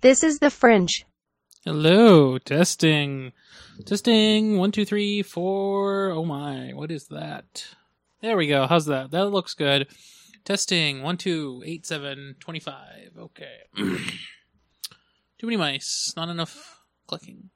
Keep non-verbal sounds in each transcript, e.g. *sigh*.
This is the fringe. Hello, testing. Testing, one, two, three, four. Oh my, what is that? There we go. How's that? That looks good. Testing, one, two, eight, seven, twenty-five. Okay. *clears throat* Too many mice, not enough clicking.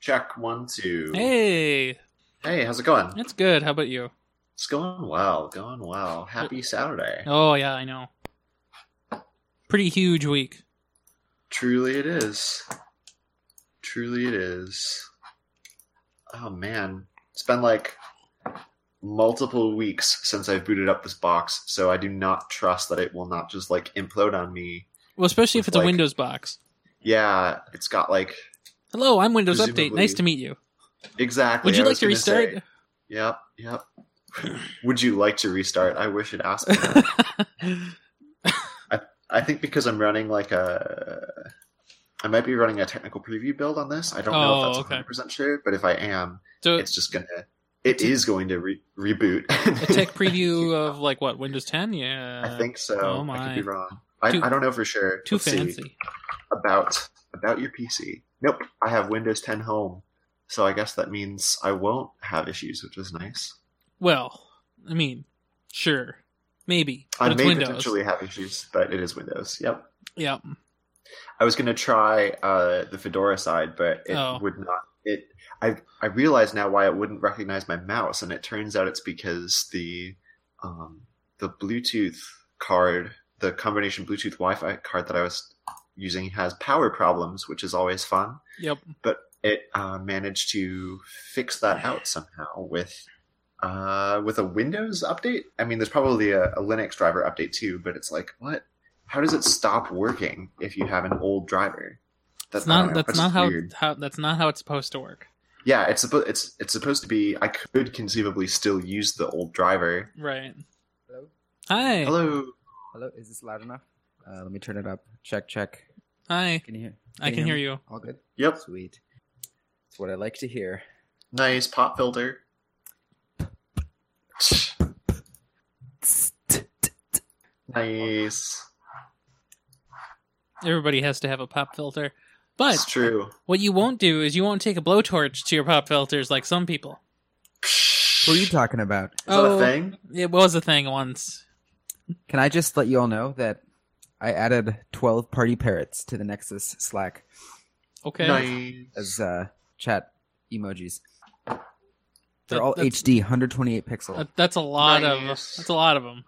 Check one, two. Hey, Hey, how's it going? that's good. How about you? It's going well, going well. Happy Saturday. Oh, yeah, I know. Pretty huge week. Truly it is. Truly it is. Oh man. It's been like multiple weeks since I've booted up this box, so I do not trust that it will not just like implode on me. Well, especially if it's a Like- Windows box. Yeah, it's got like Hello, I'm Windows Update. Presumably- Nice to meet you. exactly. Would you I like was to gonna restart? say- Yep, yep. *clears throat* Would you like to restart? I wish it *laughs* asked me that. I think because I'm running like a, I might be running a technical preview build on this. I don't know Oh, if that's okay. 100 percent sure, but if I am, so, it's just gonna, it is going to re- *laughs* reboot. a tech preview of like what Windows 10? Yeah, I think so. oh I my. could be wrong. I, Too- I don't know for sure. too Let's see. fancy. About about your PC. Nope, I have Windows 10 Home, so I guess that means I won't have issues, which is nice. Well, I mean, sure, maybe. But I it's may Windows. potentially have issues, but it is Windows. Yep. Yeah. I was gonna try uh, the Fedora side, but it Oh. would not. It I I realize now why it wouldn't recognize my mouse, and it turns out it's because the um, the Bluetooth card, the combination Bluetooth Wi-Fi card that I was using, has power problems, which is always fun. Yep. But it uh, managed to fix that out somehow with uh, with a Windows update. I mean, there's probably a, a Linux driver update too, but it's like what? how does it stop working if you have an old driver? That's I not. don't know, That's, not how, weird. how. That's not how it's supposed to work. Yeah, it's supposed it's it's supposed to be. I could conceivably still use the old driver. Right. Hello? Hi. Hello. Hello? Is this loud enough? Uh, let me turn it up. Check, check. Hi. Can you hear? I can hear you. All good? Yep. Sweet. That's what I like to hear. Nice pop filter. Nice. Everybody has to have a pop filter. But It's true. what you won't do is you won't take a blowtorch to your pop filters like some people. Who are you talking about? Is that Oh. a thing? It was a thing once. Can I just let you all know that I added 12 party parrots to the Nexus Slack Okay. as Nice. uh, chat emojis. They're That- all that's- HD, 128 pixel. that- that's a lot of. Nice. That's a lot of them.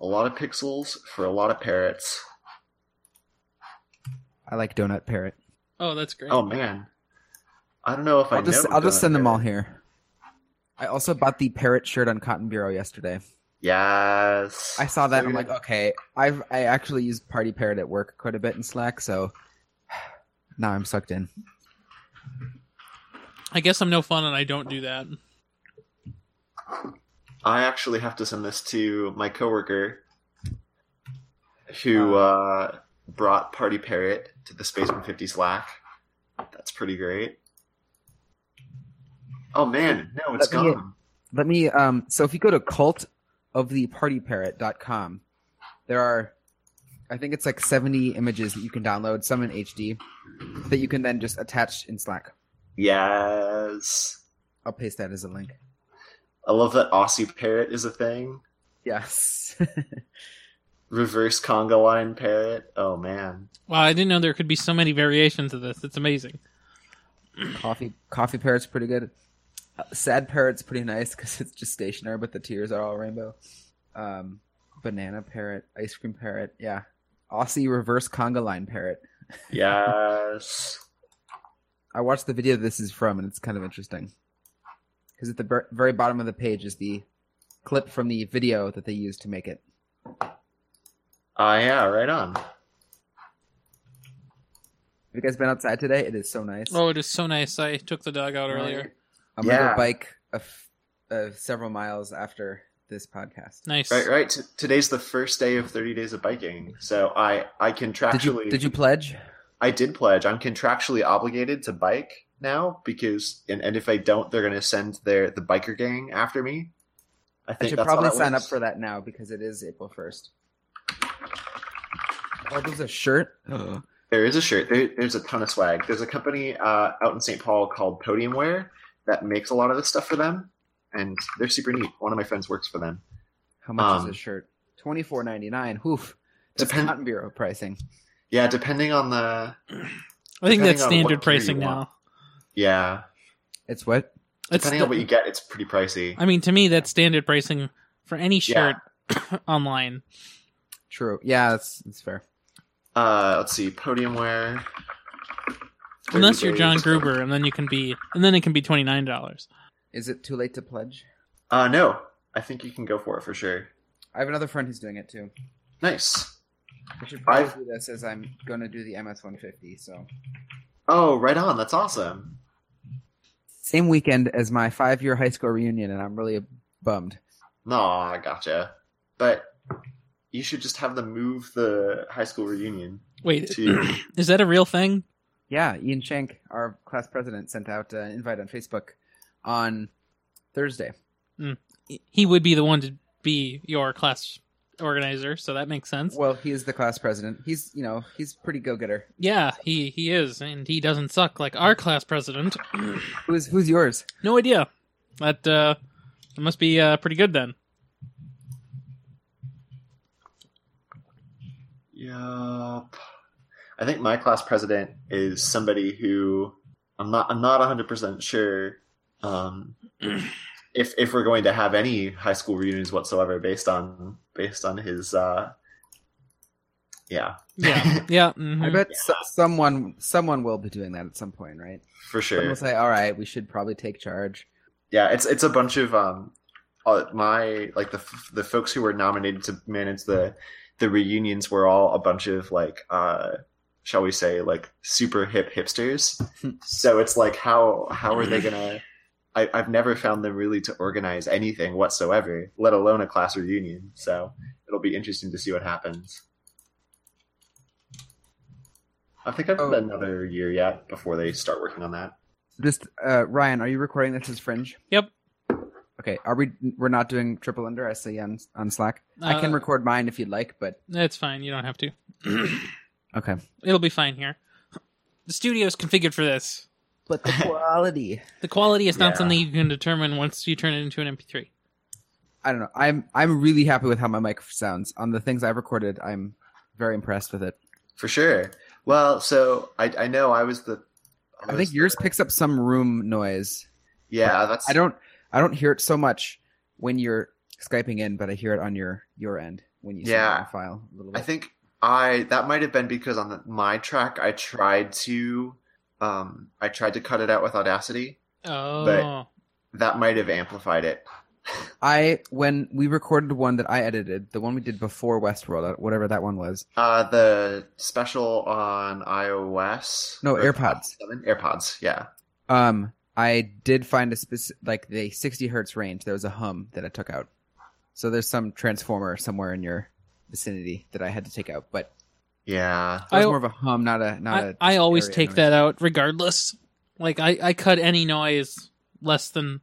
A lot of pixels for a lot of parrots. I like Donut Parrot. Oh, that's great. Oh man. I don't know if I'll know just I'll just donut send them all parrot. here. I also bought the parrot shirt on Cotton Bureau yesterday. Yes. I saw that and I'm They're like, oh. okay, I've I actually used Party Parrot at work quite a bit in Slack, so *sighs* now I'm sucked in. I guess I'm no fun and I don't do that. I actually have to send this to my coworker who uh, brought Party Parrot to the Space 150 Slack. That's pretty great. Oh man, no, it's Let me- gone. Let me um so if you go to cultofthepartyparrot.com, there are I think it's like 70 images that you can download, some in HD, that you can then just attach in Slack. Yes. I'll paste that as a link. I love that Aussie Parrot is a thing. Yes. *laughs* Reverse conga line parrot. Oh man. Wow, I didn't know there could be so many variations of this. It's amazing. coffee coffee parrot's pretty good. Uh, sad parrot's pretty nice because it's just stationary, but the tears are all rainbow. Um, banana parrot, ice cream parrot, yeah. Aussie reverse conga line parrot. Yes. I watched the video this is from, and it's kind of interesting because at the ver- very bottom of the page is the clip from the video that they used to make it. Ah yeah, right on. Have you guys been outside today? It is so nice. Oh, it is so nice. I took the dog out earlier. I'm gonna Yeah. go bike a f- uh, several miles after this podcast. Nice. Right, right. T- today's the first day of 30 days of biking. So I I contractually Did you did you pledge? I did pledge. I'm contractually obligated to bike now because, and, and if I don't, they're going to send their the biker gang after me. I I think should that's probably how that sign works. up for that now because it is April first. Oh, there's a *gasps* shirt. There is a shirt. There, there's a ton of swag. There's a company uh, out in St. Paul called Podium Wear that makes a lot of this stuff for them, and they're super neat. One of my friends works for them. How much is Um, this shirt? Twenty four ninety nine. Woof. That's Depend- Cotton Bureau pricing. Yeah, depending on the I think Depending that's on what standard tier pricing you want. now. yeah, It's what? It's depending on what you get, it's pretty pricey. I mean, to me, that's standard pricing for any Yeah. shirt *coughs* online. True. Yeah, that's that's fair. Uh, let's see, Podium Wear. Unless you're 30 John days. Gruber, and then you can be, and then it can be twenty nine dollars. Is it too late to pledge? Uh, no, I think you can go for it for sure. I have another friend who's doing it too. Nice. I should probably I've- do this as I'm going to do the MS one fifty. So Oh, right on. That's awesome. same weekend as my five year high school reunion, and I'm really bummed. Nah, I gotcha. But you should just have them move the high school reunion Wait, to. *clears throat* is that a real thing? Yeah, Ian Shank, our class president, sent out an invite on Facebook on Thursday. He would be the one to be your class organizer, so that makes sense. Well, he is the class president. He's you know he's pretty go getter. Yeah, he he is, and he doesn't suck like our class president. Who's who's yours? no idea. That uh, it must be uh, pretty good then. Yup. I think my class president is somebody who I'm not. I'm not 100 percent sure um, *clears throat* if if we're going to have any high school reunions whatsoever based on based on his. Uh, yeah, *laughs* Yeah, yeah. mhm. I bet so- someone someone will be doing that at some point, right? for Someone sure. will say, "All right, we should probably take charge." yeah it's it's a bunch of um uh, my like the f- the folks who were nominated to manage the the reunions were all a bunch of like uh shall we say like super hip hipsters so it's like how how are they gonna I, i've never found them really to organize anything whatsoever let alone a class reunion so it'll be interesting to see what happens i think i've got Oh. another year yet before they start working on that Just uh, Ryan, are you recording this as Fringe? Yep. Okay. Are we? We're not doing triple under. I see on on Slack. I can Uh, record mine if you'd like, but That's fine. You don't have to. okay. It'll be fine here. The studio's configured for this. But the quality. The quality is not Yeah. something you can determine once you turn it into an MP3. I don't know. I'm I'm really happy with how my mic sounds. On the things I've recorded, I'm very impressed with it. For sure. Well, so I, I know I was the. I was think yours picks up some room noise. the- Yeah, that's. I don't I don't hear it so much when you're skyping in, but I hear it on your your end when you send Yeah. out a file a little bit. I think I that might have been because on the, my track I tried to, um, I tried to cut it out with Audacity. Oh, That might have amplified it. I when we recorded one that I edited, the one we did before Westworld, uh, whatever that one was. Uh, the special on iOS. No, or AirPods. Seven AirPods. Yeah. Um, I did find a specific like the 60 hertz range. There was a hum that I took out. So there's some transformer somewhere in your vicinity that I had to take out, but Yeah. it was I- more of a hum, not a not I, a. I always area take noise. that out regardless. Like I, I cut any noise less than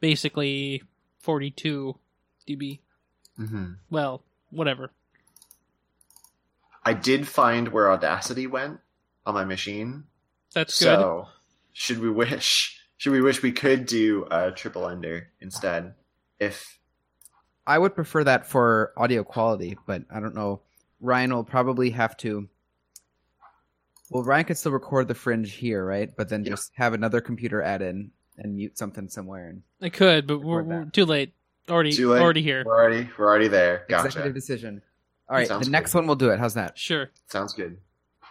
basically 42 dB. hmm Well, whatever. I did find where Audacity went on my machine. That's good. so should we wish? *laughs* Should we wish we could do a triple under instead? If I would prefer that for audio quality, but I don't know. Ryan will probably have to. Well, Ryan could still record the fringe here, right? But then Yeah. just have another computer add in and mute something somewhere. And I could, but we're, Record we're that. too late. Already, Too late. already here. We're already we're already there. Executive Gotcha. decision. All right, Sounds the next one we'll do it. How's that? Sure. Sounds good.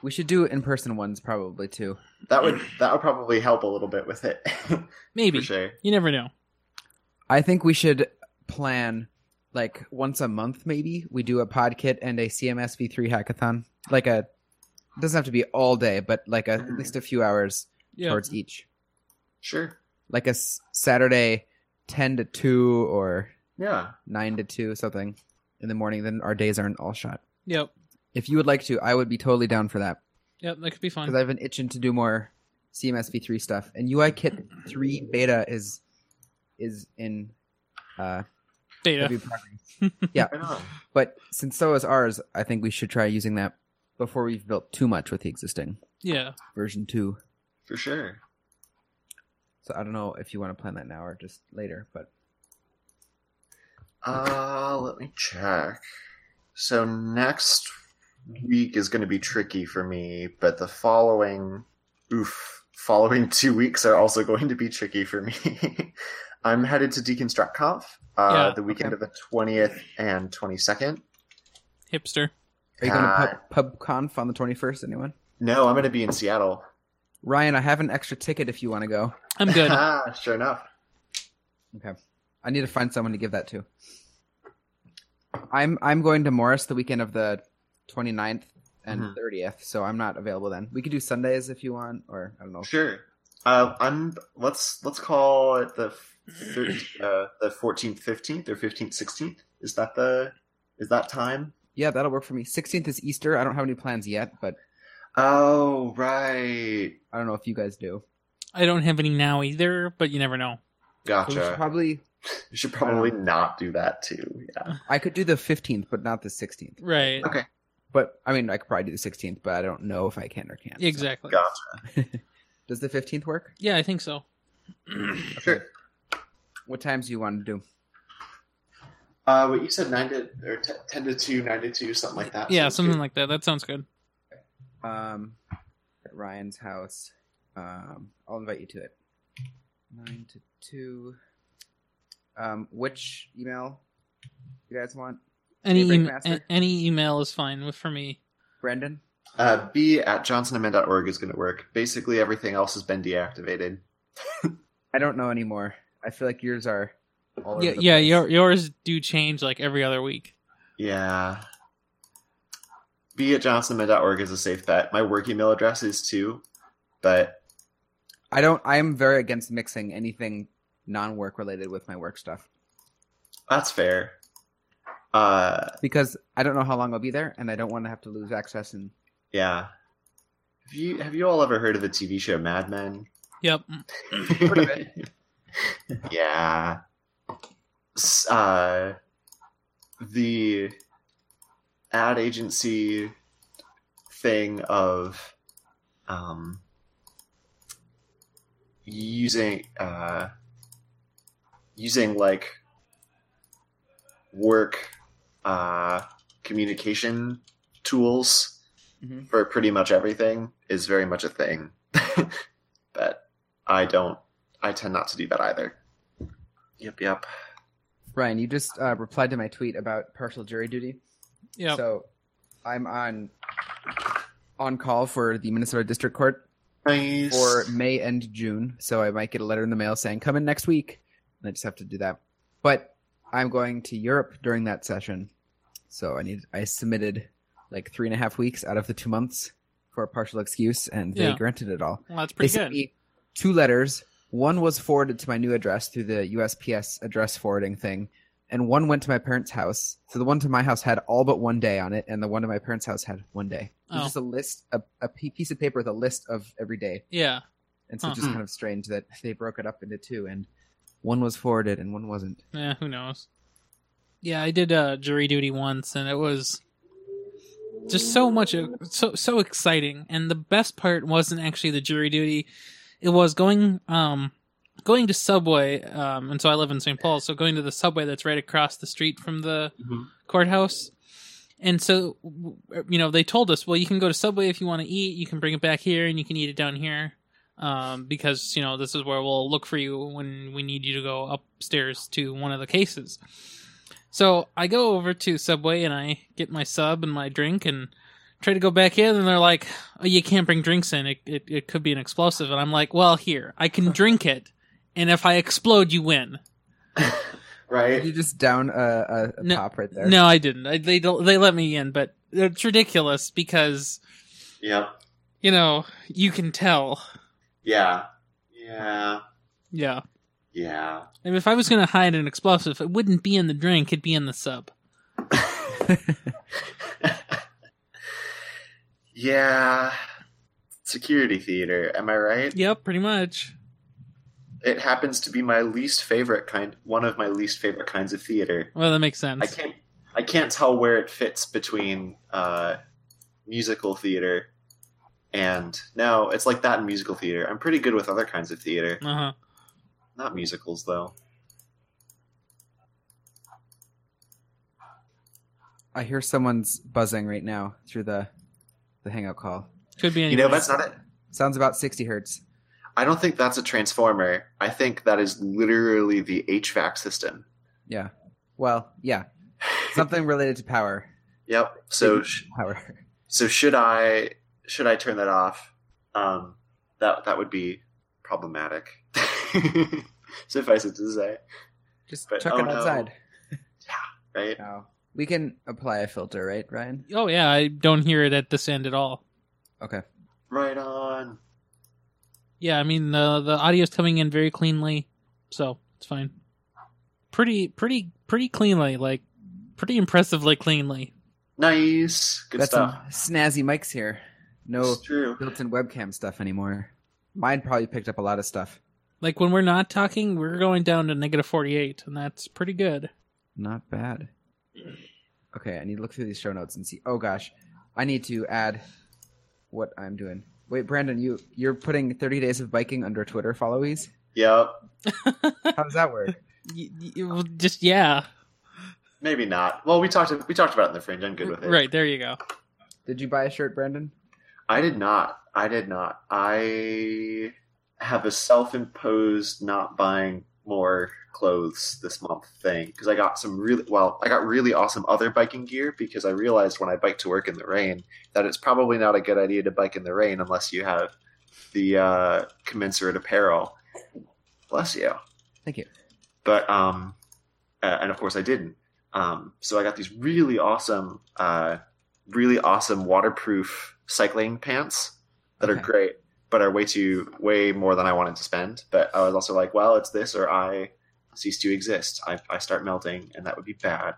We should do in person ones probably too. That would that would probably help a little bit with it. *laughs* Maybe. For sure. You never know. I think we should plan like once a month, maybe we do a podkit and a CMS v3 hackathon. Like a it doesn't have to be all day, but like a, at Mm. least a few hours Yeah. towards each. Sure. like a s- Saturday, ten to two or Yeah. nine to two, something in the morning. Then our days aren't all shot. Yep. If you would like to, I would be totally down for that Yep. That could be because fun. I've been itching to do more CMS v3 stuff. And UI Kit three beta is is in uh, data. That'd be perfect. Right on. But since so is ours, I think we should try using that before we've built too much with the existing Yeah. version two. For sure. So I don't know if you want to plan that now or just later, but Uh, let me check. So next week is going to be tricky for me, but the following, oof, following *laughs* two weeks are also going to be tricky for me. *laughs* I'm headed to DeconstructConf uh, Yeah, the weekend okay. of the 20th and 22nd. Hipster. are you going to God. pub, PubConf on the 21st, anyone? No, I'm going to be in Seattle. Ryan, I have an extra ticket if you want to go. I'm *laughs* good. Ah, *laughs* sure enough. Okay. I need to find someone to give that to. I'm I'm going to Morris the weekend of the 29th and Mhm. 30th, so I'm not available then. We could do Sundays if you want or I don't know. Sure. Uh, I'm. Let's let's call it the thir- uh, the 14th, 15th, or 15th, 16th. Is that the is that time? Yeah, that'll work for me. 16th is Easter. I don't have any plans yet, but Oh right, I don't know if you guys do. I don't have any now either, but you never know. So we should gotcha. probably You should probably not do that too. Yeah. I could do the 15th, but not the 16th. Right. Okay. But I mean, I could probably do the 16th, but I don't know if I can or can't. so. Exactly. Gotcha. *laughs* Does the 15th work? Yeah, I think so. Sure. What times do you want to do? Uh, what you said nine to or t- ten to two, nine to two, something like that. yeah, Sounds something good. like that. That sounds good. um, at Ryan's house. Um, I'll invite you to it. Nine to two. Um, which email you guys want? Any Daybreak em- Master? a- any email is fine with for me. Brendan. Uh, B at johnsonamend.org is going to work. Basically, everything else has been deactivated. I don't know anymore. I feel like yours are. All over Yeah, the yeah, place. your, yours do change like every other week. Yeah. B at johnsonman.org is a safe bet. My work email address is too, but I don't. I am very against mixing anything non-work related with my work stuff that's fair. Uh, because I don't know how long I'll be there, and I don't want to have to lose access. And yeah. Have you have you all ever heard of the TV show Mad Men? Yep. Mm. Heard of *laughs* yeah. S- Uh, the ad agency thing of um, using uh, using like work uh, communication tools Mhm. for pretty much everything is very much a thing. *laughs* but I don't. I tend not to do that either. Yep, yep. Ryan, you just uh, replied to my tweet about partial jury duty. Yep. So I'm on on call for the Minnesota District Court Nice. for May and June. So I might get a letter in the mail saying come in next week. And I just have to do that. But I'm going to Europe during that session. So I need I submitted like three and a half weeks out of the two months for a partial excuse and they Yeah. granted it all. well, that's They pretty sent good. me two letters. One was forwarded to my new address through the USPS address forwarding thing, and one went to my parents' house. So the one to my house had all but one day on it, and the one to my parents' house had one day. It was Oh. just a list, a, a p- piece of paper with a list of every day. Yeah. And so Huh. it's Hmm. just kind of strange that *laughs* they broke it up into two, and one was forwarded and one wasn't. Yeah, Eh, who knows? Yeah, I did uh, jury duty once, and it was just so much, so so exciting. And the best part wasn't actually the jury duty; it was going, um, going to Subway. Um, and so I live in St. Paul, so going to the Subway that's right across the street from the Mhm. courthouse. And so, w- you know, they told us, well, you can go to Subway if you want to eat. You can bring it back here, and you can eat it down here um, because you know this is where we'll look for you when we need you to go upstairs to one of the cases. So I go over to Subway and I get my sub and my drink and try to go back in, and they're like, oh, "You can't bring drinks in. It, it it could be an explosive." And I'm like, "Well, here I can drink it, and if I explode, you win." Did right? you just down a, a, a No- pop right there? No, I didn't. I, they don't. They let me in, but it's ridiculous because Yeah. you know you can tell. Yeah. Yeah. Yeah. Yeah. And if I was going to hide an explosive, it wouldn't be in the drink; it'd be in the sub. yeah. Security theater. Am I right? Yep, pretty much. It happens to be my least favorite kind, one of my least favorite kinds of theater. Well, that makes I sense. can't, I can't tell where it fits between uh, musical theater and no, it's like that in musical theater. I'm pretty good with other kinds of theater, Uh huh. not musicals though. I hear someone's buzzing right now through the the hangout call. Could be You anything. know, that's not it. Sounds about sixty hertz. I don't think that's a transformer. I think that is literally the HVAC system. Yeah. Well, *laughs* yeah. Something related to power. Yep. So sh- Power. so should I should I turn that off? Um, that that would be problematic. *laughs* Suffice it to say, Just But- chuck oh, it no. outside. right? No. We can apply a filter, right, Ryan? Oh yeah, I don't hear it at this end at all. Okay. Right on. Yeah, I mean the the audio's coming in very cleanly, so it's fine. Pretty pretty pretty cleanly, like pretty impressively cleanly. Nice. Good That's stuff. some snazzy mics here. No It's true. built-in webcam stuff anymore. Mine probably picked up a lot of stuff. Like when we're not talking, we're going down to negative 48, and that's pretty good. Not bad. *clears throat* Okay, I need to look through these show notes and see. Oh gosh, I need to add what I'm doing. Wait, Brandon, you you're putting 30 days of biking under Twitter followees? Yep. How does that work? Y- y- well, just yeah, Maybe not. Well, we talked we talked about it in the fringe. I'm good with it. right there you go. Did you buy a shirt, Brandon? I did not. I did not. I have a self-imposed not buying more clothes this month thing because I got some really well, I got really awesome other biking gear because I realized when I bike to work in the rain that it's probably not a good idea to bike in the rain unless you have the uh, commensurate apparel. Bless you Thank you. but um, uh, and of course I didn't. Um, so I got these really awesome, uh, really awesome waterproof cycling pants that Okay. are great, but are way too way more than I wanted to spend. But I was also like, well, it's this or I cease to exist. I, I start melting, and that would be bad.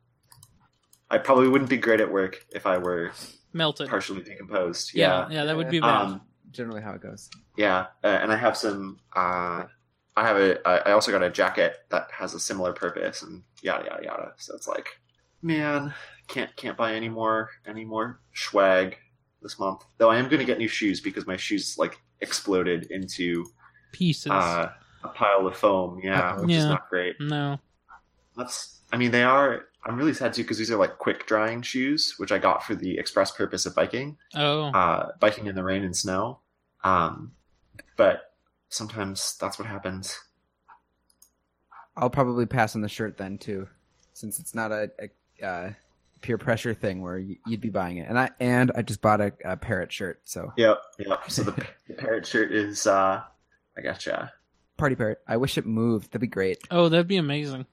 *sighs* I probably wouldn't be great at work if I were Melted. partially decomposed. yeah, yeah, that would be bad. Um, Generally, how it goes. yeah, uh, and I have some. Uh, I have a. I I also got a jacket that has a similar purpose, and yada yada yada. So it's like, man, can't can't buy any more any more swag this month. Though I am going to get new shoes because my shoes like exploded into Pieces. uh, a pile of foam. Yeah, Uh-oh. which is Yeah. not great. no. That's. I mean, they are. I'm really sad too because these are like quick drying shoes, which I got for the express purpose of biking Oh, uh, biking in the rain and snow. Um, but sometimes that's what happens. I'll probably pass on the shirt then too, since it's not a, a uh, peer pressure thing where y- you'd be buying it. And I and I just bought a, a parrot shirt, so Yep, yep. So the, the parrot shirt is. Uh, I gotcha. party parrot. I wish it moved. That'd be great. oh, that'd be amazing.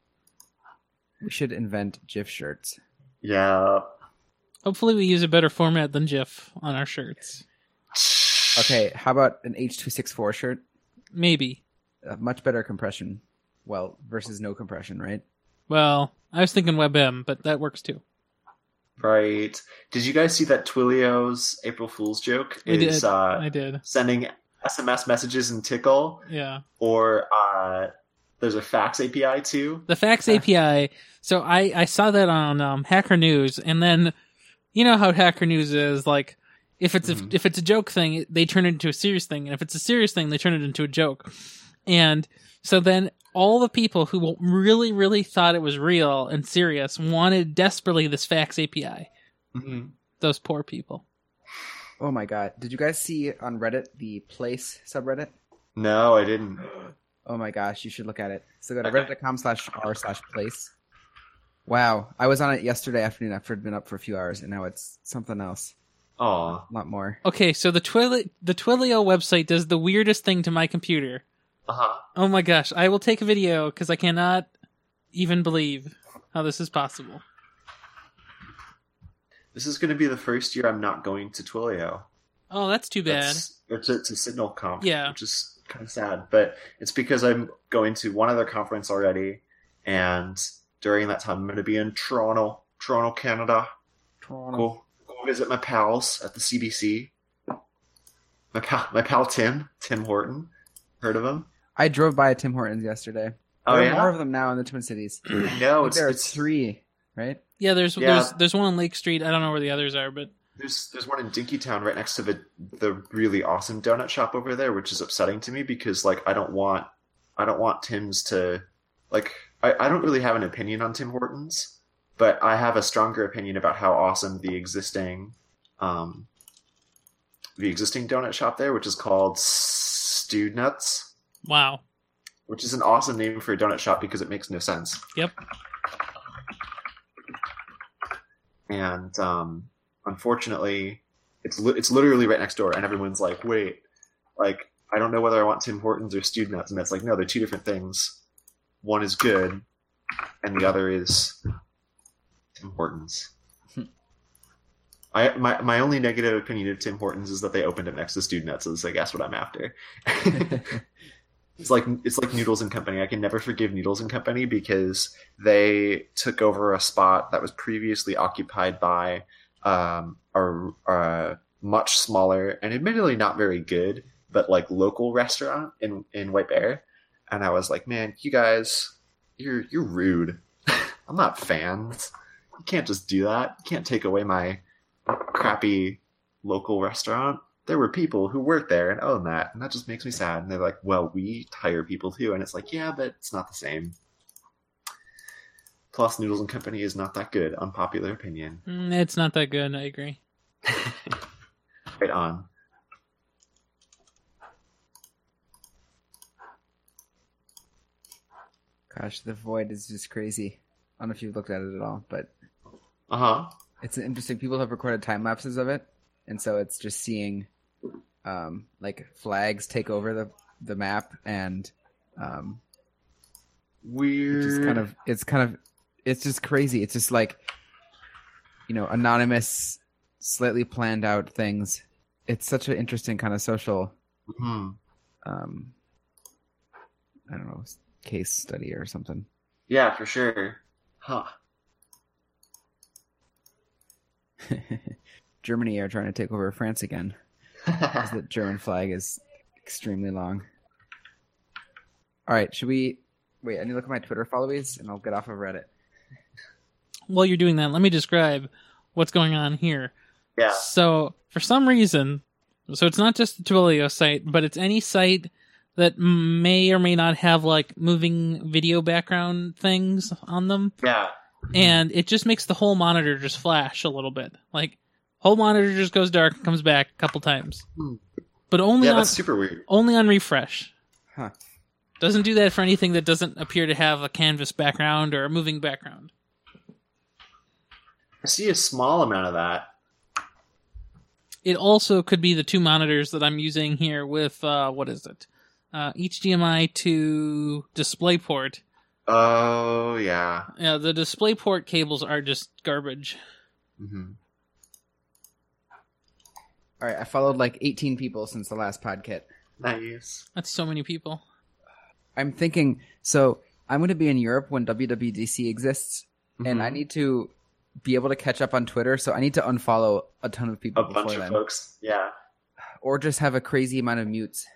We should invent GIF shirts. Yeah. Hopefully, we use a better format than GIF on our shirts. Okay, how about an H two six four shirt? Maybe. uh, much better compression. Well, versus no compression, right? Well, I was thinking WebM, but that works too. Right. Did you guys see that Twilio's April Fool's joke I is did. uh, I did. sending SMS messages in Tickle Yeah. or uh, there's a fax API too? The fax API. So I I saw that on um, Hacker News, and then you know how Hacker News is like. If it's Mhm. a, if it's a joke thing, it- they turn it into a serious thing, and if it's a serious thing, they turn it into a joke. And so then all the people who really really thought it was real and serious wanted desperately this fax API. Mhm. Those poor people. Oh my god. Did you guys see on Reddit the place subreddit? No, I didn't. Oh my gosh, you should look at it. So go to Okay. reddit.com slash r slash place. Wow. I was on it yesterday afternoon after it'd been up for a few hours and now it's something else. Aw. A lot more. Okay, so the Twilio the Twilio website does the weirdest thing to my computer. Uh huh. Oh my gosh, I will take a video because I cannot even believe how this is possible. This is going to be the first year I'm not going to Twilio. Oh, that's too bad. That's- It's a, it's a Signal conf, Yeah. which is kind of sad, but it's because I'm going to one other conference already, and during that time I'm going to be in Toronto, Toronto, Canada. Toronto. Go go visit my pals at the CBC. My pal, my pal Tim, Tim Horton, heard of him? I drove by a Tim Hortons yesterday. Oh there are yeah. more of them now in the Twin Cities. no, Like, it's, there are it's three. three, right? Yeah, there's Yeah. there's there's one on Lake Street. I don't know where the others are, but There's there's one in Dinkytown right next to the the really awesome donut shop over there, which is upsetting to me because like I don't want I don't want Tim's to like I, I don't really have an opinion on Tim Hortons, but I have a stronger opinion about how awesome the existing um the existing donut shop there, which is called Stewed Nuts, wow. which is an awesome name for a donut shop because it makes no sense. Yep. And um, unfortunately, it's li- it's literally right next door, and everyone's like, "Wait, like I don't know whether I want Tim Hortons or Stewed Nuts," and that's like, "No, they're two different things. One is good, and the other is Tim Hortons." Hmm. I, my, my only negative opinion of Tim Hortons is that they opened up next to Stewed Nuts, so this is, I guess, what I'm after. It's like it's like Noodles and Company. I can never forgive Noodles and Company because they took over a spot that was previously occupied by um, a, a much smaller and admittedly not very good, but like local restaurant in in White Bear. And I was like, man, you guys, you're you're rude. *laughs* I'm not fans. You can't just do that. You can't take away my crappy local restaurant there were people who worked there and own that, and that just makes me sad. And they're like, well, we hire people too, and it's like, yeah, but it's not the same. Plus, Noodles and Company is not that good. Unpopular opinion. Mm, it's not that good. I agree. Right on. Gosh, the void is just crazy. I don't know if you've looked at it at all, but Uh huh. it's interesting. People have recorded time lapses of it, and so it's just seeing, um, like flags take over the the map, and um, Weird. it's just kind of it's kind of it's just crazy. It's just like, you know, anonymous, slightly planned out things. It's such an interesting kind of social, Hmm. um, I don't know, case study or something. *laughs* Yeah, for sure. Huh. *laughs* Germany are trying to take over France again. 'cause the German flag is extremely long. All right, should we wait? I need to look at my Twitter followers, and I'll get off of Reddit. While you're doing that, let me describe what's going on here. yeah. So for some reason, so it's not just the Twilio site, but it's any site that may or may not have like moving video background things on them, Yeah. and it just makes the whole monitor just flash a little bit. Like whole monitor just goes dark, and comes back a couple times, Hmm. but only Yeah, on that's super weird. only on refresh. Huh? Doesn't do that for anything that doesn't appear to have a canvas background or a moving background. I see a small amount of that. It also could be the two monitors that I'm using here with uh, what is it? Uh, HDMI to DisplayPort. Oh yeah. Yeah, the DisplayPort cables are just garbage. hmm All right, I followed like 18 people since the last podcast. Nice. That's so many people. I'm thinking, so I'm going to be in Europe when WWDC exists, and Mhm. I need to be able to catch up on Twitter. So I need to unfollow a ton of people a bunch before of then, folks. Yeah. or just have a crazy amount of mutes.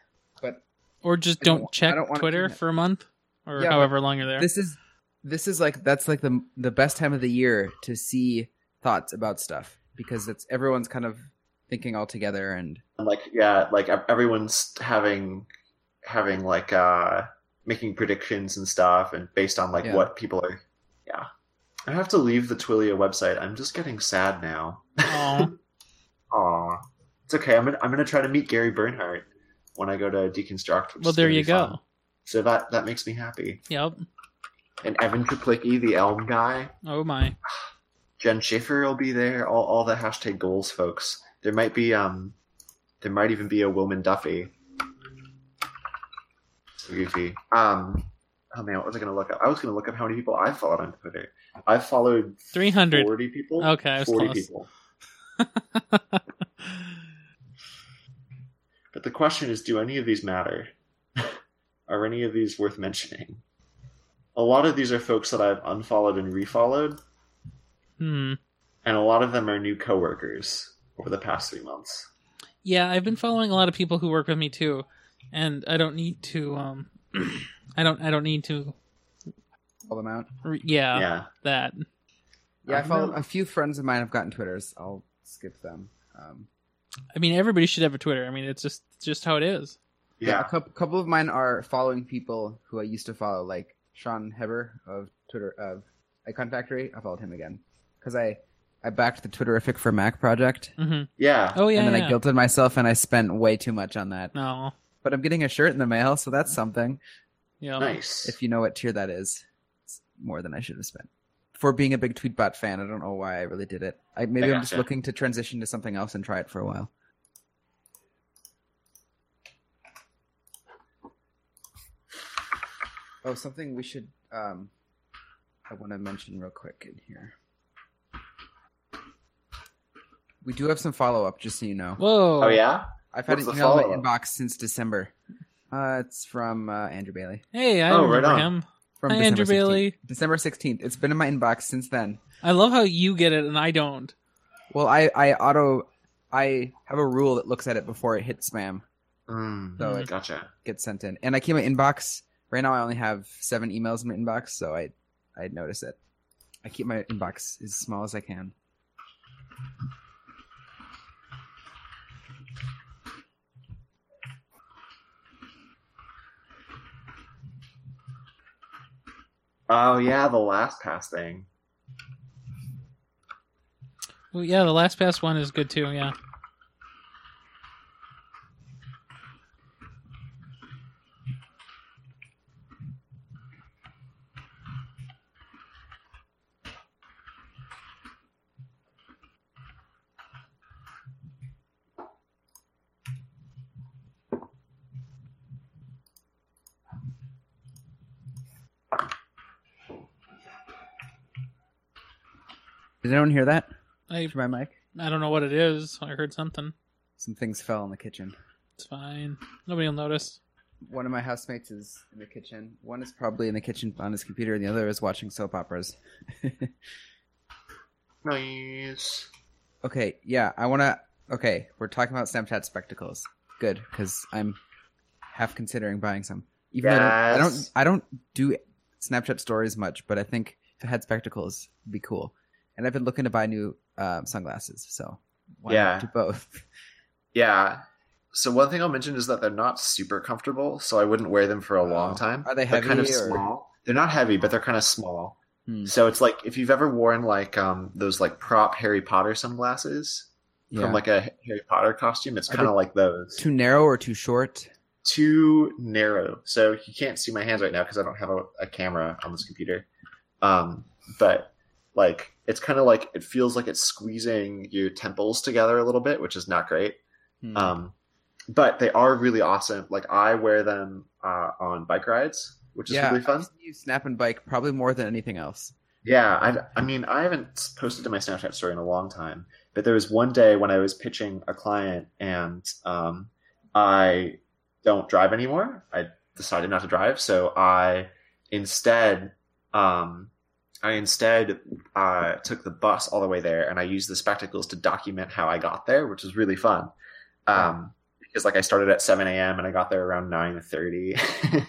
Or just I don't don't, wa- I check don't wanna Twitter do that. for a month or Yeah, but however long you're there. This is this is like that's like the the best time of the year to see thoughts about stuff because it's everyone's kind of thinking all together and and like yeah like ev- everyone's having having like uh making predictions and stuff and based on like Yeah. what people are yeah i have to leave the twilio website i'm just getting sad now *laughs* Aw. Aw. it's okay i'm gonna i'm gonna try to meet gary bernhardt when i go to deconstruct which well, is there gonna you be go. fun. so that that makes me happy Yep. and evan Kaplicki, the elm guy Oh my. Jen Schaefer will be there. All, all the hashtag goals folks. There might be um, there might even be a Wilman Duffy. So goofy. Um, oh man, what was I gonna look up? I was gonna look up how many people I followed on Twitter. I followed 300. forty people. Okay, I was forty close. *laughs* people. But the question is, do any of these matter? are any of these worth mentioning? A lot of these are folks that I've unfollowed and refollowed, hmm. and a lot of them are new coworkers over the past three months. Yeah, I've been following a lot of people who work with me too, and I don't need to um *clears throat* I don't. I don't need to. Call them out. Re- yeah, yeah. that. Yeah, I don't follow know. a few friends of mine have gotten Twitters. I'll skip them. Um, I mean, everybody should have a Twitter. I mean, it's just just how it is. a Yeah. couple, couple of mine are following people who I used to follow, like Sean Heber of Twitter of Icon Factory. I followed him again because I I backed the Twitterific for Mac project, hmm Yeah. Oh yeah. and then yeah. I guilted myself and I spent way too much on that. No. But I'm getting a shirt in the mail, so that's something. Yeah. Nice. Oh, If you know what tier that is, it's more than I should have spent. For being a big Tweetbot fan, I don't know why I really did it. I, maybe I I'm just gotcha. looking to transition to something else and try it for a while. Oh, something we should. Um, I want to mention real quick in here. We do have some follow up, just so you know. Whoa. oh yeah. I've had What's an the email in my follow-up? inbox since December. Uh, it's from uh, Andrew Bailey. Hey, I Oh, right remember on. him. From Hi, December Andrew 16th. Bailey. December 16th. It's been in my inbox since then. I love how you get it and I don't. Well, I, I auto, I have a rule that looks at it before it hits spam, Mm, so Mhm. Oh, it gotcha. gets sent in. And I keep my inbox. Right now, I only have seven emails in my inbox, so I, I notice it. I keep my inbox as small as I can. Oh yeah, the last pass thing. Well, yeah, the last pass one is good too. Yeah. Did anyone hear that I through my mic? I don't know what it is. I heard something. Some things fell in the kitchen. It's fine. Nobody will *laughs* notice. One of my housemates is in the kitchen. One is probably in the kitchen on his computer, and the other is watching soap operas. *laughs* Nice. Okay, yeah, I want to. Okay, we're talking about Snapchat spectacles. Good, because I'm half considering buying some. Even though I, don't, I don't, Yes. I don't do Snapchat stories much, but I think if I had spectacles, it'd be cool. And I've been looking to buy new um, sunglasses, so why Yeah. not do both? *laughs* Yeah. So one thing I'll mention is that they're not super comfortable, so I wouldn't wear them for a long Oh. time. Are they They're kind of heavy or- small. They're not heavy, but they're kind of small. Hmm. So it's like if you've ever worn like um those like prop Harry Potter sunglasses from like a Harry Potter costume, it's Are kind of they- like those. too narrow or too short? too narrow. So you can't see my hands right now because I don't have a, a camera on this computer. Um, but like it's kind of like it feels like it's squeezing your temples together a little bit, which is not great. Hmm. Um, but they are really awesome. Like I wear them uh, on bike rides, which is really I've fun. seen you snap and bike probably more than anything else. Yeah, I, I mean, I haven't posted to my Snapchat story in a long time, but there was one day when I was pitching a client and um, I don't drive anymore. I decided not to drive, so I instead, um, I instead uh, took the bus all the way there, and I used the spectacles to document how I got there, which was really fun. Um, because like I started at seven a.m. and I got there around nine thirty, *laughs*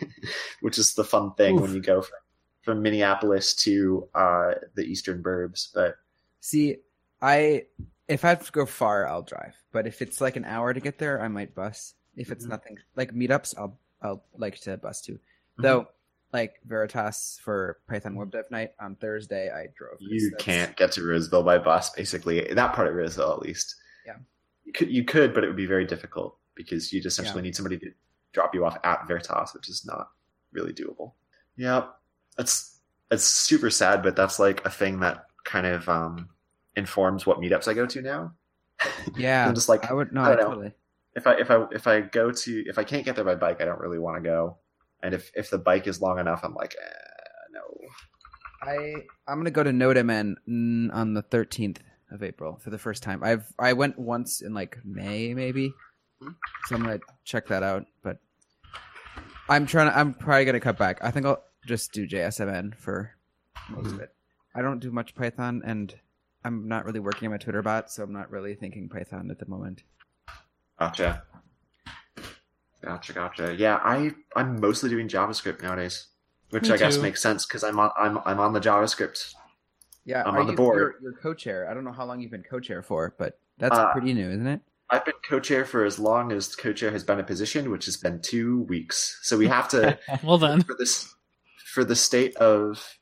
which is the fun thing when Oof. you go from from Minneapolis to uh, the eastern burbs, but See, I if I have to go far, I'll drive. But if it's like an hour to get there, I might bus. If it's Mhm. nothing like meetups, I'll I'll like to bus too. Mm-hmm. Though, like Veritas for Python Web Dev Night on Thursday, I drove. 'cause you that's- can't get to Roseville by bus. Basically, that part of Roseville, at least. Yeah. you could, you could, but it would be very difficult because you'd essentially need somebody to drop you off at Veritas, which is not really doable. Yeah, that's that's super sad, but that's like a thing that kind of um, informs what meetups I go to now. Yeah, I'm just like I would no, I don't know. totally. if I if I if I go to if I can't get there by bike, I don't really want to go. And if if the bike is long enough, I'm like, eh, no. I I'm gonna go to Nodeman mm, on the 13th of April for the first time. I've I went once in like May maybe, Mhm. so I'm gonna check that out. But I'm trying. To, I'm probably gonna cut back. I think I'll just do JSMN for most of Hmm. it. I don't do much Python, and I'm not really working on my Twitter bot, so I'm not really thinking Python at the moment. Gotcha. Gotcha, gotcha. Yeah, I I'm mostly doing JavaScript nowadays, which Me I guess too. makes sense because I'm on I'm I'm on the JavaScript. Yeah, I'm are on the you- board. You're, you're co-chair. I don't know how long you've been co-chair for, but that's Uh, pretty new, isn't it? I've been co-chair for as long as co-chair has been a position, which has been two weeks. So we have *laughs* to Well then, for this for the state of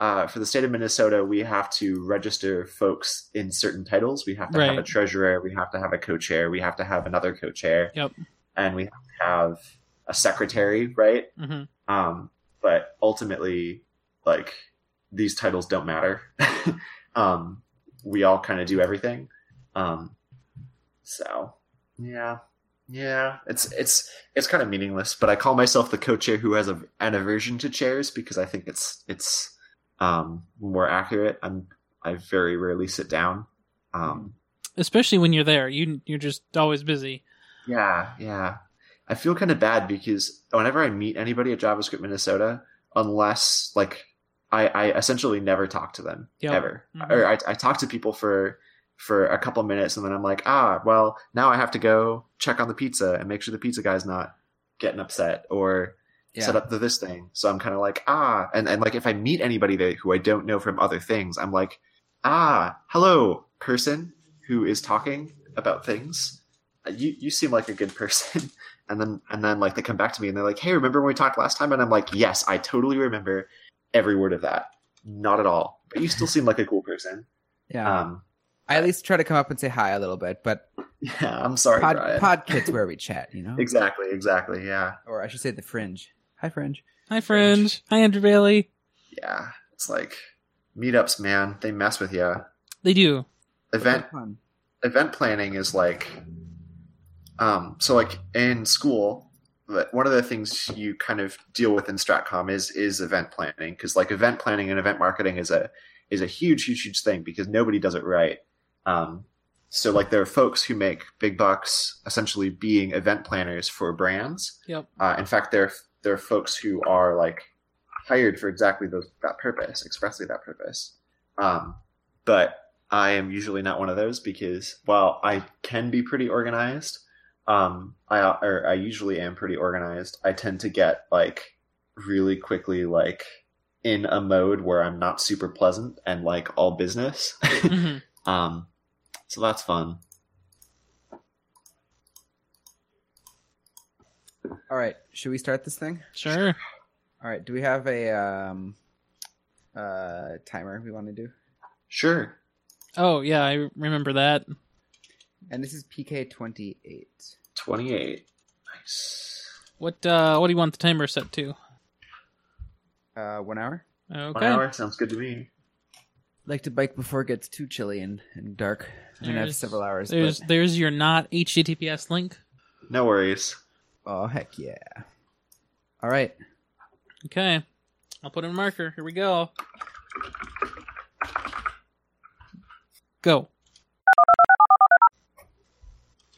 uh, for the state of Minnesota, we have to register folks in certain titles. We have to have Right. a treasurer, we have to have a co-chair, we have to have another co-chair, Yep. and we have to have a secretary, right? Mhm. Um, but ultimately, like these titles don't matter. *laughs* um, we all kind of do everything. Um, so yeah, yeah, it's it's it's kind of meaningless. But I call myself the co-chair who has a, an aversion to chairs because I think it's it's um, more accurate. I'm I very rarely sit down. Um, especially when you're there, you you're just always busy. yeah, yeah. I feel kind of bad because whenever I meet anybody at JavaScript Minnesota, unless like I, I essentially never talk to them Yep. ever, Mhm. or I, I talk to people for for a couple minutes and then I'm like, ah, well, now I have to go check on the pizza and make sure the pizza guy's not getting upset or Yeah. set up the this thing. So I'm kind of like, ah, and and like if I meet anybody that who I don't know from other things, I'm like, ah, hello, person who is talking about things Uh, you you seem like a good person *laughs* and then and then like they come back to me and they're like hey remember when we talked last time and i'm like yes i totally remember every word of that not at all but you still seem like a cool person Yeah, um *laughs* I at least try to come up and say hi a little bit, but yeah i'm sorry pod, Brian. pod kids where we chat, you know, exactly exactly yeah or I should say the fringe. Hi, fringe. Hi, friend. Hi, Andrew Bailey. yeah it's like meetups man they mess with you They *laughs* do. event Fun. event planning is like um so like in school like, one of the things you kind of deal with in stratcom is is event planning because like event planning and event marketing is a is a huge huge huge thing because nobody does it right um so like there are folks who make big bucks essentially being event planners for brands Yep. uh, in fact there there are folks who are like hired for exactly those, that purpose expressly that purpose um but I am usually not one of those because while I can be pretty organized, um, I or I usually am pretty organized. I tend to get like really quickly like in a mode where I'm not super pleasant and like all business. *laughs* Mhm. um, so that's fun. All right, should we start this thing? Sure. All right, do we have a um, uh, timer we want to do? Sure. Oh yeah, I remember that. And this is PK twenty eight. Twenty eight. Nice. What uh what do you want the timer set to? Uh, one hour. Okay. One hour sounds good to me. Like to bike before it gets too chilly and, and dark. I mean, I have There's- several hours. There's But, there's your not HTTPS link. No worries. oh heck yeah! All right. Okay. I'll put in a marker. Here we go. Go.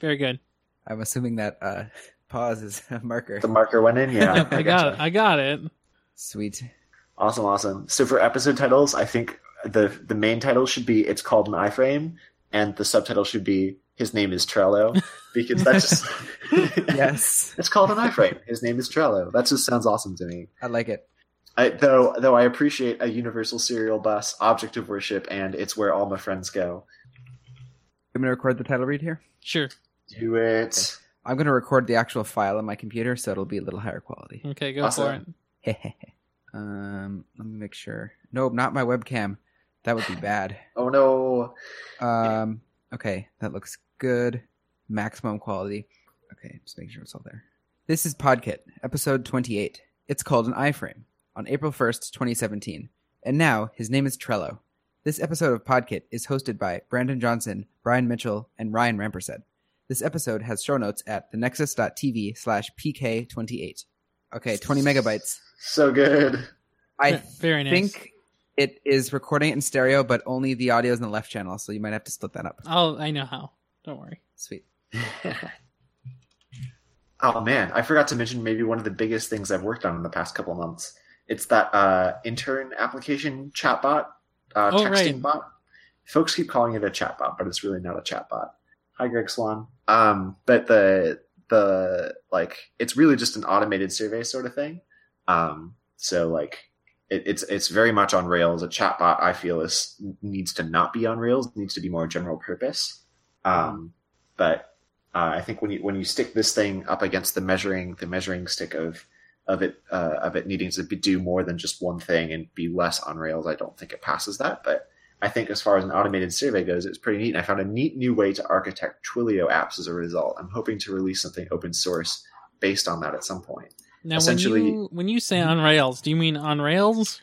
Very good. I'm assuming that uh, pause is a marker. The marker *laughs* went in. Yeah, Yep, I got gotcha. it. I got it. Sweet. Awesome, awesome. So for episode titles, I think the the main title should be "It's Called an iFrame," and the subtitle should be "His Name Is Trello," because that's just Yes, *laughs* it's called an iFrame. His name is Trello. That just sounds awesome to me. I like it. I, though, though I appreciate a universal serial bus, object of worship, and it's where all my friends go. I'm gonna record the title read here. Sure. Do it. I'm gonna record the actual file on my computer, so it'll be a little higher quality. Okay, go for it. Awesome. *laughs* um, let me make sure. No, not my webcam. That would be bad. Oh no. Um, okay, that looks good. Maximum quality. Okay, just making sure it's all there. This is Podkit, episode 28. It's called an iframe on April 1st, 2017. And now his name is Trello. This episode of Podkit is hosted by Brandon Johnson, Brian Mitchell, and Ryan Rampersad. This episode has show notes at thenexus.tv slash pk28. Okay, 20 megabytes. So good. I Ve- Very nice. think it is recording it in stereo, but only the audio is in the left channel, so you might have to split that up. I'll I know how. Don't worry. Sweet. *laughs* oh man, I forgot to mention maybe one of the biggest things I've worked on in the past couple of months. It's that uh, intern application chatbot, uh, Oh, texting right. bot. Folks keep calling it a chatbot, but it's really not a chatbot. Hi, Greg Swan. Um, but the the like it's really just an automated survey sort of thing. Um, so like it, it's it's very much on Rails. A chatbot I feel is needs to not be on Rails. Needs to be more general purpose. Um, but uh, I think when you when you stick this thing up against the measuring the measuring stick of of it uh, of it needing to be, do more than just one thing and be less on Rails, I don't think it passes that. But I think as far as an automated survey goes, it's pretty neat. And I found a neat new way to architect Twilio apps as a result. I'm hoping to release something open source based on that at some point. Now, Essentially- mm-hmm. when you when you say on rails, do you mean on rails?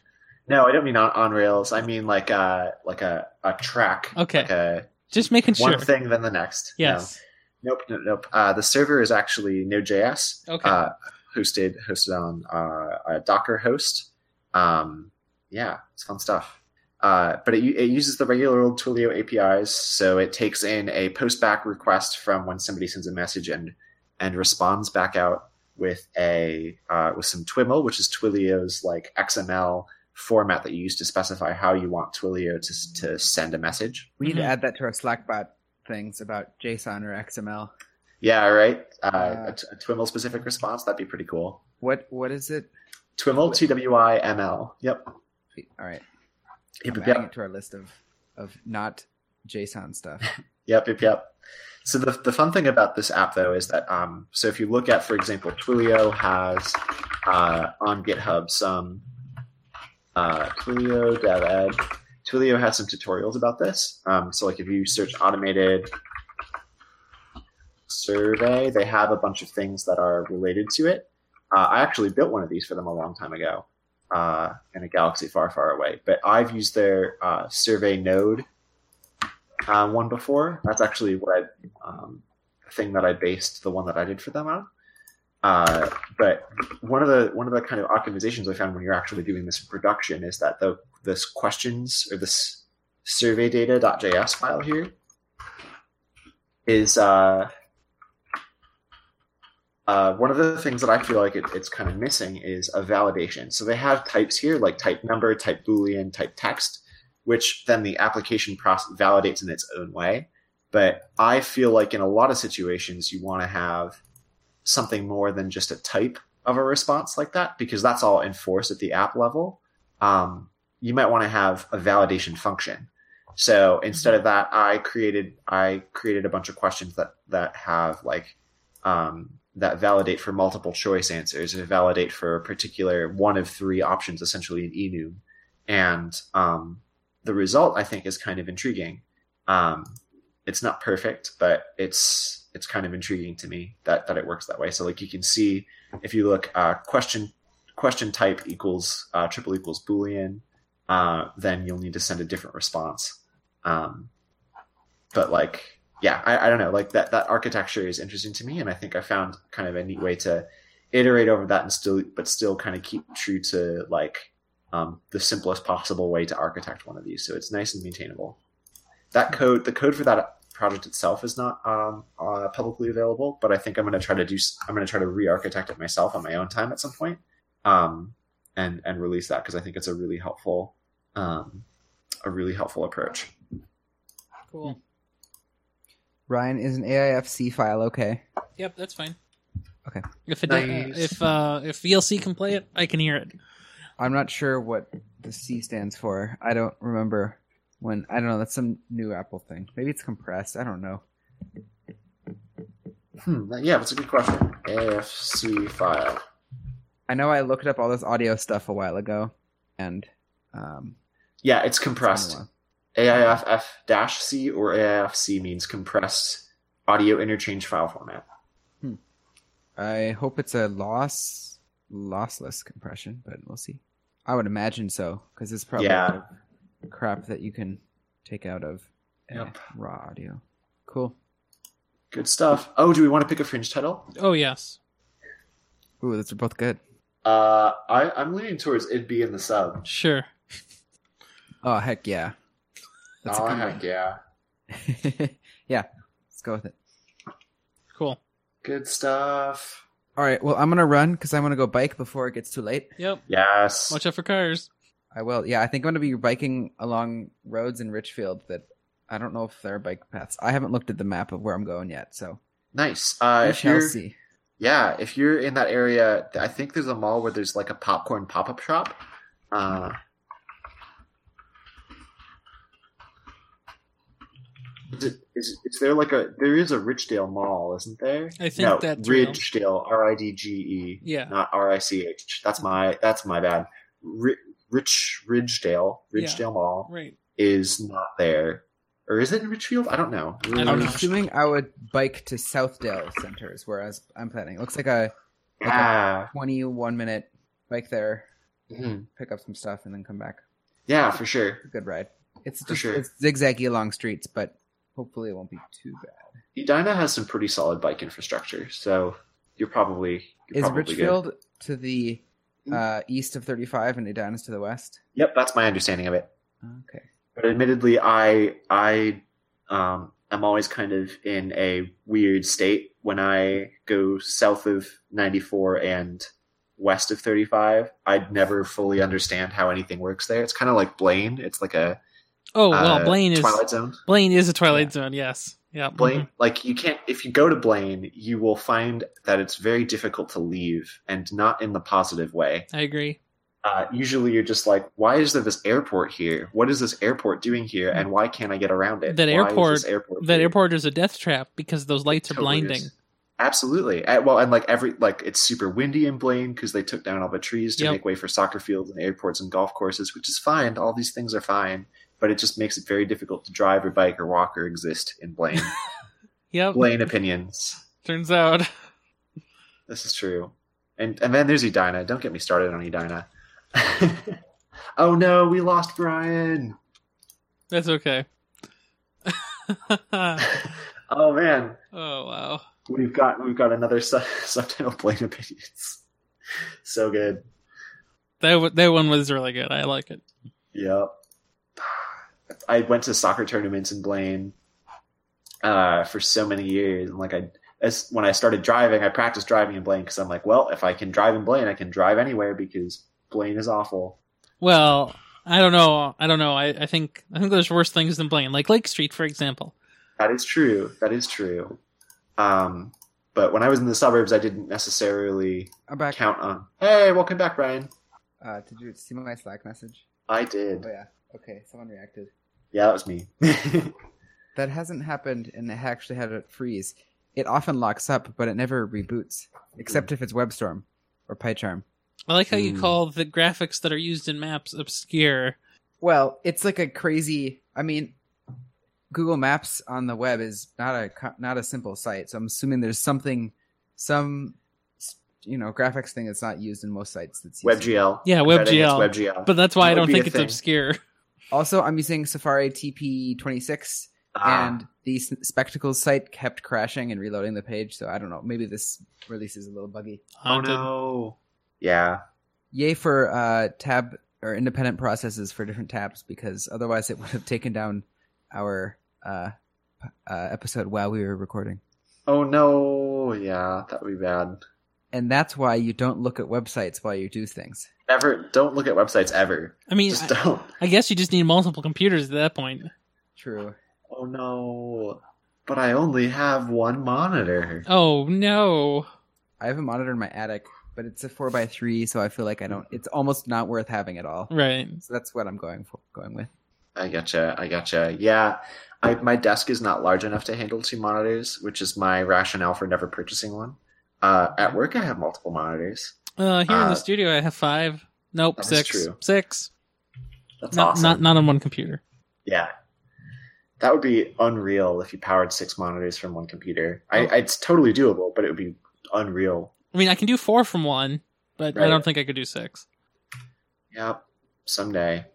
No, I don't mean on, on Rails. I mean like a like a, a track. Okay. Like a, Just making sure. one thing then the next. No. Yes. Nope, nope, nope. Uh, the server is actually Node.js, Okay. uh, hosted hosted on uh, a Docker host. Um, yeah, it's fun stuff. Uh, but it, u- it uses the regular old Twilio APIs, so it takes in a post back request from when somebody sends a message and and responds back out with a uh, with some Twiml, which is Twilio's like XML format that you use to specify how you want Twilio to s- to send a message. We need Mhm. to add that to our Slackbot things about JSON or XML. Yeah, right. Uh, Uh, a, t- a Twiml specific response that'd be pretty cool. What what is it? Twiml, T W I M L. Yep. All right, Yep. I'm Yep. adding Yep. it to our list of of not JSON stuff. *laughs* Yep. yep, yep. So the the fun thing about this app though is that um, so if you look at for example Twilio has uh, on GitHub some uh, Twilio dev ed. Twilio has some tutorials about this. Um, so like if you search automated survey, they have a bunch of things that are related to it. Uh, I actually built one of these for them a long time ago uh, in a galaxy far, far away. But I've used their uh, survey node uh, one before. That's actually what I um, thing that I based the one that I did for them on. Uh, but one of the one of the kind of optimizations I found when you're actually doing this in production is that the this questions or this survey data.js file here is uh, uh, one of the things that I feel like it, it's kind of missing is a validation. So they have types here like type number, type boolean, type text, which then the application process validates in its own way. But I feel like in a lot of situations you want to have something more than just a type of a response like that because that's all enforced at the app level. Um, you might want to have a validation function. So instead of that, I created I created a bunch of questions that that have like um, that validate for multiple choice answers and validate for a particular one of three options, essentially in E enum. And um, the result, I think, is kind of intriguing. Um, it's not perfect, but it's it's kind of intriguing to me that that it works that way. So like you can see if you look uh, question question type equals uh, triple equals boolean, uh, then you'll need to send a different response. Um, but like yeah, I, I don't know. Like that that architecture is interesting to me, and I think I found kind of a neat way to iterate over that and still but still kind of keep true to like um, the simplest possible way to architect one of these. So it's nice and maintainable that code the code for that project itself is not um, uh, publicly available but i think i'm going to try to do s- i'm going to try to re-architect it myself on my own time at some point um, and and release that because i think it's a really helpful um, a really helpful approach Cool. Ryan is an AIFC file. Okay, Yep, that's fine. Okay. If it Nice. if uh, if VLC can play it, I can hear it. I'm not sure what the C stands for. I don't remember when. I don't know. That's some new Apple thing. Maybe it's compressed. I don't know. hmm, yeah that's a good question afc file I know I looked up all this audio stuff a while ago, and um, yeah it's it's been a compressed while. aiff dash c or aifc means compressed audio interchange file format I hope it's a loss lossless compression, but we'll see. I would imagine so because it's probably a Yeah. lot of crap that you can take out of eh, Yep. raw audio. Cool. good stuff oh do we want to pick a fringe title Oh yes. Ooh, those are both good. Uh, I, I'm leaning towards it'd be in the sub. Sure. Oh heck yeah! That's oh, a good heck yeah. one. *laughs* yeah, let's go with it. Cool. Good stuff. All right. Well, I'm gonna run because I'm gonna go bike before it gets too late. Yep. Yes. Watch out for cars. I will. Yeah, I think I'm gonna be biking along roads in Richfield that I don't know if there are bike paths. I haven't looked at the map of where I'm going yet, so Nice. Uh, we if you're, shall see. yeah, if you're in that area, I think there's a mall where there's like a popcorn pop up shop. Uh, is, it, is, is there like a there is a Richdale Mall, isn't there? I think no, that's real. Ridgedale, R I D G E, Yeah. not R I C H. That's my that's my bad. Ri Rich Ridgedale, Yeah. Ridgedale Mall. Right. is not there. Or is it in Richfield? I don't know. I I don't was know. assuming I would bike to Southdale Centers, whereas I'm planning. It looks like a Yeah. 21 minute bike there, Mhm. pick up some stuff, and then come back. Yeah, for sure. It's a good ride. It's For just sure. it's zigzaggy along streets, but hopefully it won't be too bad. Edina has some pretty solid bike infrastructure, so you're probably you're Is probably good. Richfield to the uh, east of 35 and Edina's to the west? Yep, that's my understanding of it. Okay. But admittedly, I I um, am always kind of in a weird state when I go south of 94 and west of 35. I'd never fully understand how anything works there. It's kind of like Blaine. It's like a Oh well, uh, Blaine is Twilight Zone. Blaine is a Twilight Zone. Yes. Mm-hmm. Yeah. Blaine, like you can't. If you go to Blaine, you will find that it's very difficult to leave, and not in the positive way. I agree. Uh, usually, you're just like, "Why is there this airport here? What is this airport doing here? And why can't I get around it? That Why is airport- this airport. That here?" airport is a death trap because those lights are Totally is. blinding. Absolutely. Uh, well, and like every like it's super windy in Blaine because they took down all the trees to Yep. make way for soccer fields and airports and golf courses, which is fine. All these things are fine, but it just makes it very difficult to drive or bike or walk or exist in *laughs* Blaine. Yep. Blaine opinions. Turns out. *laughs* This is true. And and then there's Edina. Don't get me started on Edina. *laughs* oh no, we lost Brian. That's okay. *laughs* oh Oh man, wow. we've got we've got another su- *laughs* subtitle Blaine opinions. So good. That w- that one was really good. I like it. Yep. I went to soccer tournaments in Blaine uh, for so many years, and like I, as when I started driving, I practiced driving in Blaine because I'm like, well, if I can drive in Blaine, I can drive anywhere because Blaine is awful. Well, I don't know. I don't know. I, I think I think there's worse things than Blaine, like Lake Street, for example. That is true. That is true. Um, but when I was in the suburbs, I didn't necessarily I'm back. count on. Hey, welcome back, Brian. Uh, did you see my Slack message? I Oh, did. yeah. Okay, someone reacted. Yeah, that was me. *laughs* That hasn't happened, and I actually had it freeze. It often locks up, but it never reboots, Hmm. except if it's WebStorm or PyCharm. I like how you Mm. call the graphics that are used in maps obscure. Well, it's like a crazy. I mean, Google Maps on the web is not a co- not a simple site, so I'm assuming there's something, some, you know, graphics thing that's not used in most sites. That's used. WebGL. Yeah, I'm betting it's WebGL. WebGL. But that's why That I don't would be a think it's thing. obscure. Also, I'm using Safari TP26, Ah, and the S- Spectacles site kept crashing and reloading the page. So I don't know. Maybe this release is a little buggy. *laughs* oh no. Yeah, Yay for uh, tab or independent processes for different tabs, because otherwise it would have taken down our uh, p- uh, episode while we were recording. Oh no, yeah, that would be bad. and that's why you don't look at websites while you do things. Never, don't look at websites ever. I mean, Just I, don't. I guess you just need multiple computers at that point. True. Oh no, but I only have one monitor. Oh no. I have a monitor in my attic, but it's a four by three, so I feel like I don't. It's almost not worth having at all. Right. So that's what I'm going for, going with. I gotcha. I gotcha. Yeah, I, my desk is not large enough to handle two monitors, which is my rationale for never purchasing one. Uh, at work, I have multiple monitors. Uh, here in Uh, the studio, I have five. Nope, that is six. true. Six. That's Not, awesome. not not on one computer. yeah, that would be unreal if you powered six monitors from one computer. I, it's totally doable, but it would be unreal. I mean, I can do four from one, but I Right. don't think I could do six. Yep, someday,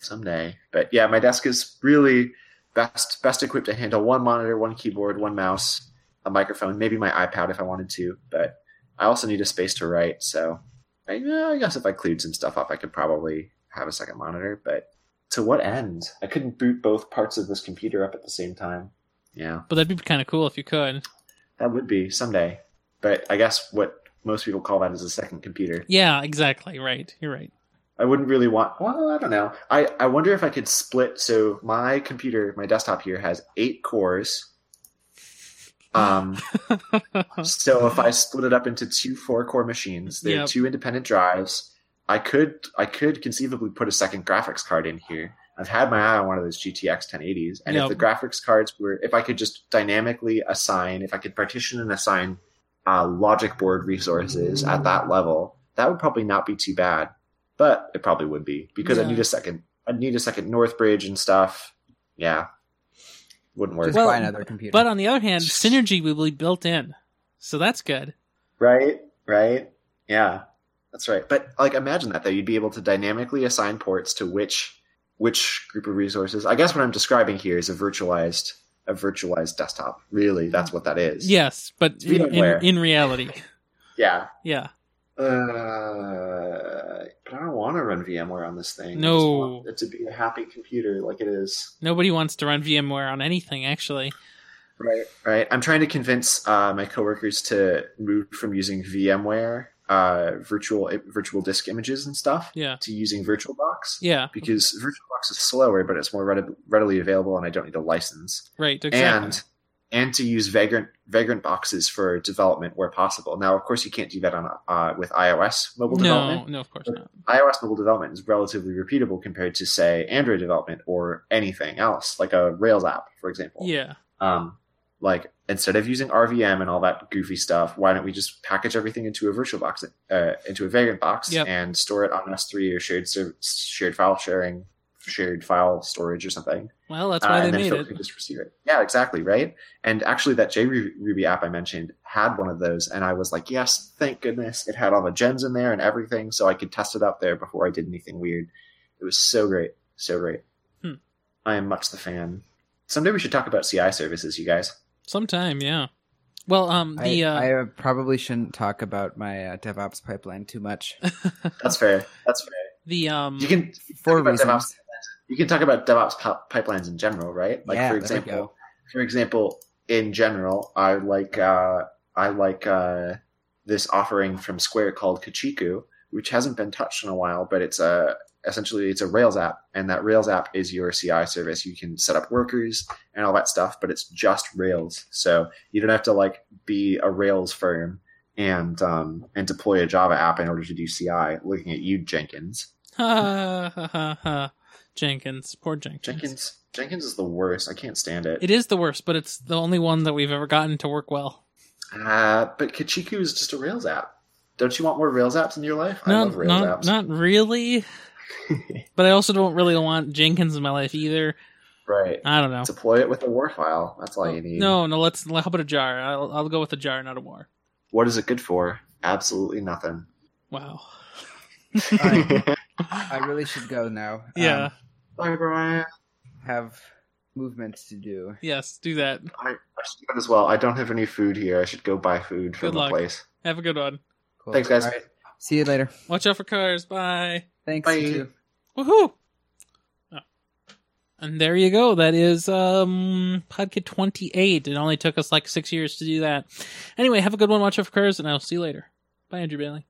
someday. But yeah, my desk is really best best equipped to handle one monitor, one keyboard, one mouse, a microphone, maybe my iPad if I wanted to. But I also need a space to write, so I, yeah, I guess if I cleared some stuff up, I could probably have a second monitor. But to what end? I couldn't boot both parts of this computer up at the same time. Yeah, But that'd be kind of cool if you could. that would be someday. But I guess what most people call that is a second computer. Yeah, exactly. Right. You're right. I wouldn't really want. Well, I don't know. I, I wonder if I could split. So my computer, my desktop here has eight cores, *laughs* Um, so if I split it up into two four core machines, they're Yep. two independent drives. I could I could conceivably put a second graphics card in here. I've had my eye on one of those GTX 1080s, and Yep. if the graphics cards were, if I could just dynamically assign, if I could partition and assign uh, logic board resources at that level, that would probably not be too bad. But it probably would be because I Yeah. need a second. I need a second Northbridge and stuff. Yeah, wouldn't work, Just Well, buy another computer. but um, on the other *laughs* hand, synergy will be built in, so that's good. right? Right? Yeah, that's right. But like, imagine that though. You'd be able to dynamically assign ports to which which group of resources. I guess what I'm describing here is a virtualized a virtualized desktop. Really, that's what that is. Yes, but It's in, in, VMware. in reality, Yeah. yeah, Uh, but I don't want to run VMware on this thing. I No. just want it to be a happy computer like it is. nobody wants to run VMware on anything. Actually, Right. Right. I'm trying to convince uh, my coworkers to move from using VMware uh, virtual virtual disk images and stuff yeah, to using VirtualBox yeah, because VirtualBox is slower, but it's more readi- readily available, and I don't need a license. right, exactly. And and to use Vagrant Vagrant boxes for development where possible. Now, of course, you can't do that on uh, with iOS mobile no, development. no, of course not. iOS mobile development is relatively repeatable compared to say Android development or anything else, like a Rails app, for example. Yeah, Um, like instead of using RVM and all that goofy stuff, why don't we just package everything into a virtual box, uh, into a Vagrant box, Yep. and store it on S3 or shared serv- shared file sharing, shared file storage or something? well, that's Uh, why they and then made folks it. can just receive it. Yeah, exactly, right. And actually, that JRuby app I mentioned had one of those, and I was like, yes, thank goodness, it had all the gems in there and everything, so I could test it out there before I did anything weird. It was so great, so great. Hmm. I am much the fan. Someday we should talk about CI services, you guys. Sometime, yeah. Well, um, I, the uh, I, uh, probably shouldn't talk about my uh, DevOps pipeline too *laughs* much That's fair. That's fair. the um, You can for about reasons. DevOps. you can talk about DevOps pop- pipelines in general, right? Like yeah, for there we example, go. for example, in general, I like uh, I like uh, this offering from Square called Kachiku, which hasn't been touched in a while, but it's a essentially it's a Rails app, and that Rails app is your CI service. You can set up workers and all that stuff, but it's just Rails, so you don't have to like be a Rails firm and um, and deploy a Java app in order to do CI. Looking at you, Jenkins. *laughs* ha, ha, ha, ha. Jenkins, poor Jenkins. Jenkins Jenkins is the worst. I can't stand it. It is the worst, but it's the only one that we've ever gotten to work well. Uh, but Kachiku is just a Rails app. Don't you want more Rails apps in your life? I Not, love Rails not, apps. not *laughs* really. but I also don't really want Jenkins in my life either. right. I don't know. Deploy it with a war file. That's all you need. No, no. Let's. How about a jar? I'll, I'll go with a jar, not a war. What is it good for? *laughs* Absolutely nothing. Wow. I really should go now. Yeah. Um, Bye, Brian. have movements to do. yes. Do that. I, I should do it as well. I don't have any food here. I should go buy food from Good the luck. place. Have a good one. Cool. Thanks, guys. All right. See you later. Watch out for cars. Bye. Thanks. Bye. you too. Woohoo! Oh. And there you go. That is um podcast 28. It only took us like six years to do that. Anyway, have a good one. Watch out for cars, and I'll see you later. Bye, Andrew Bailey.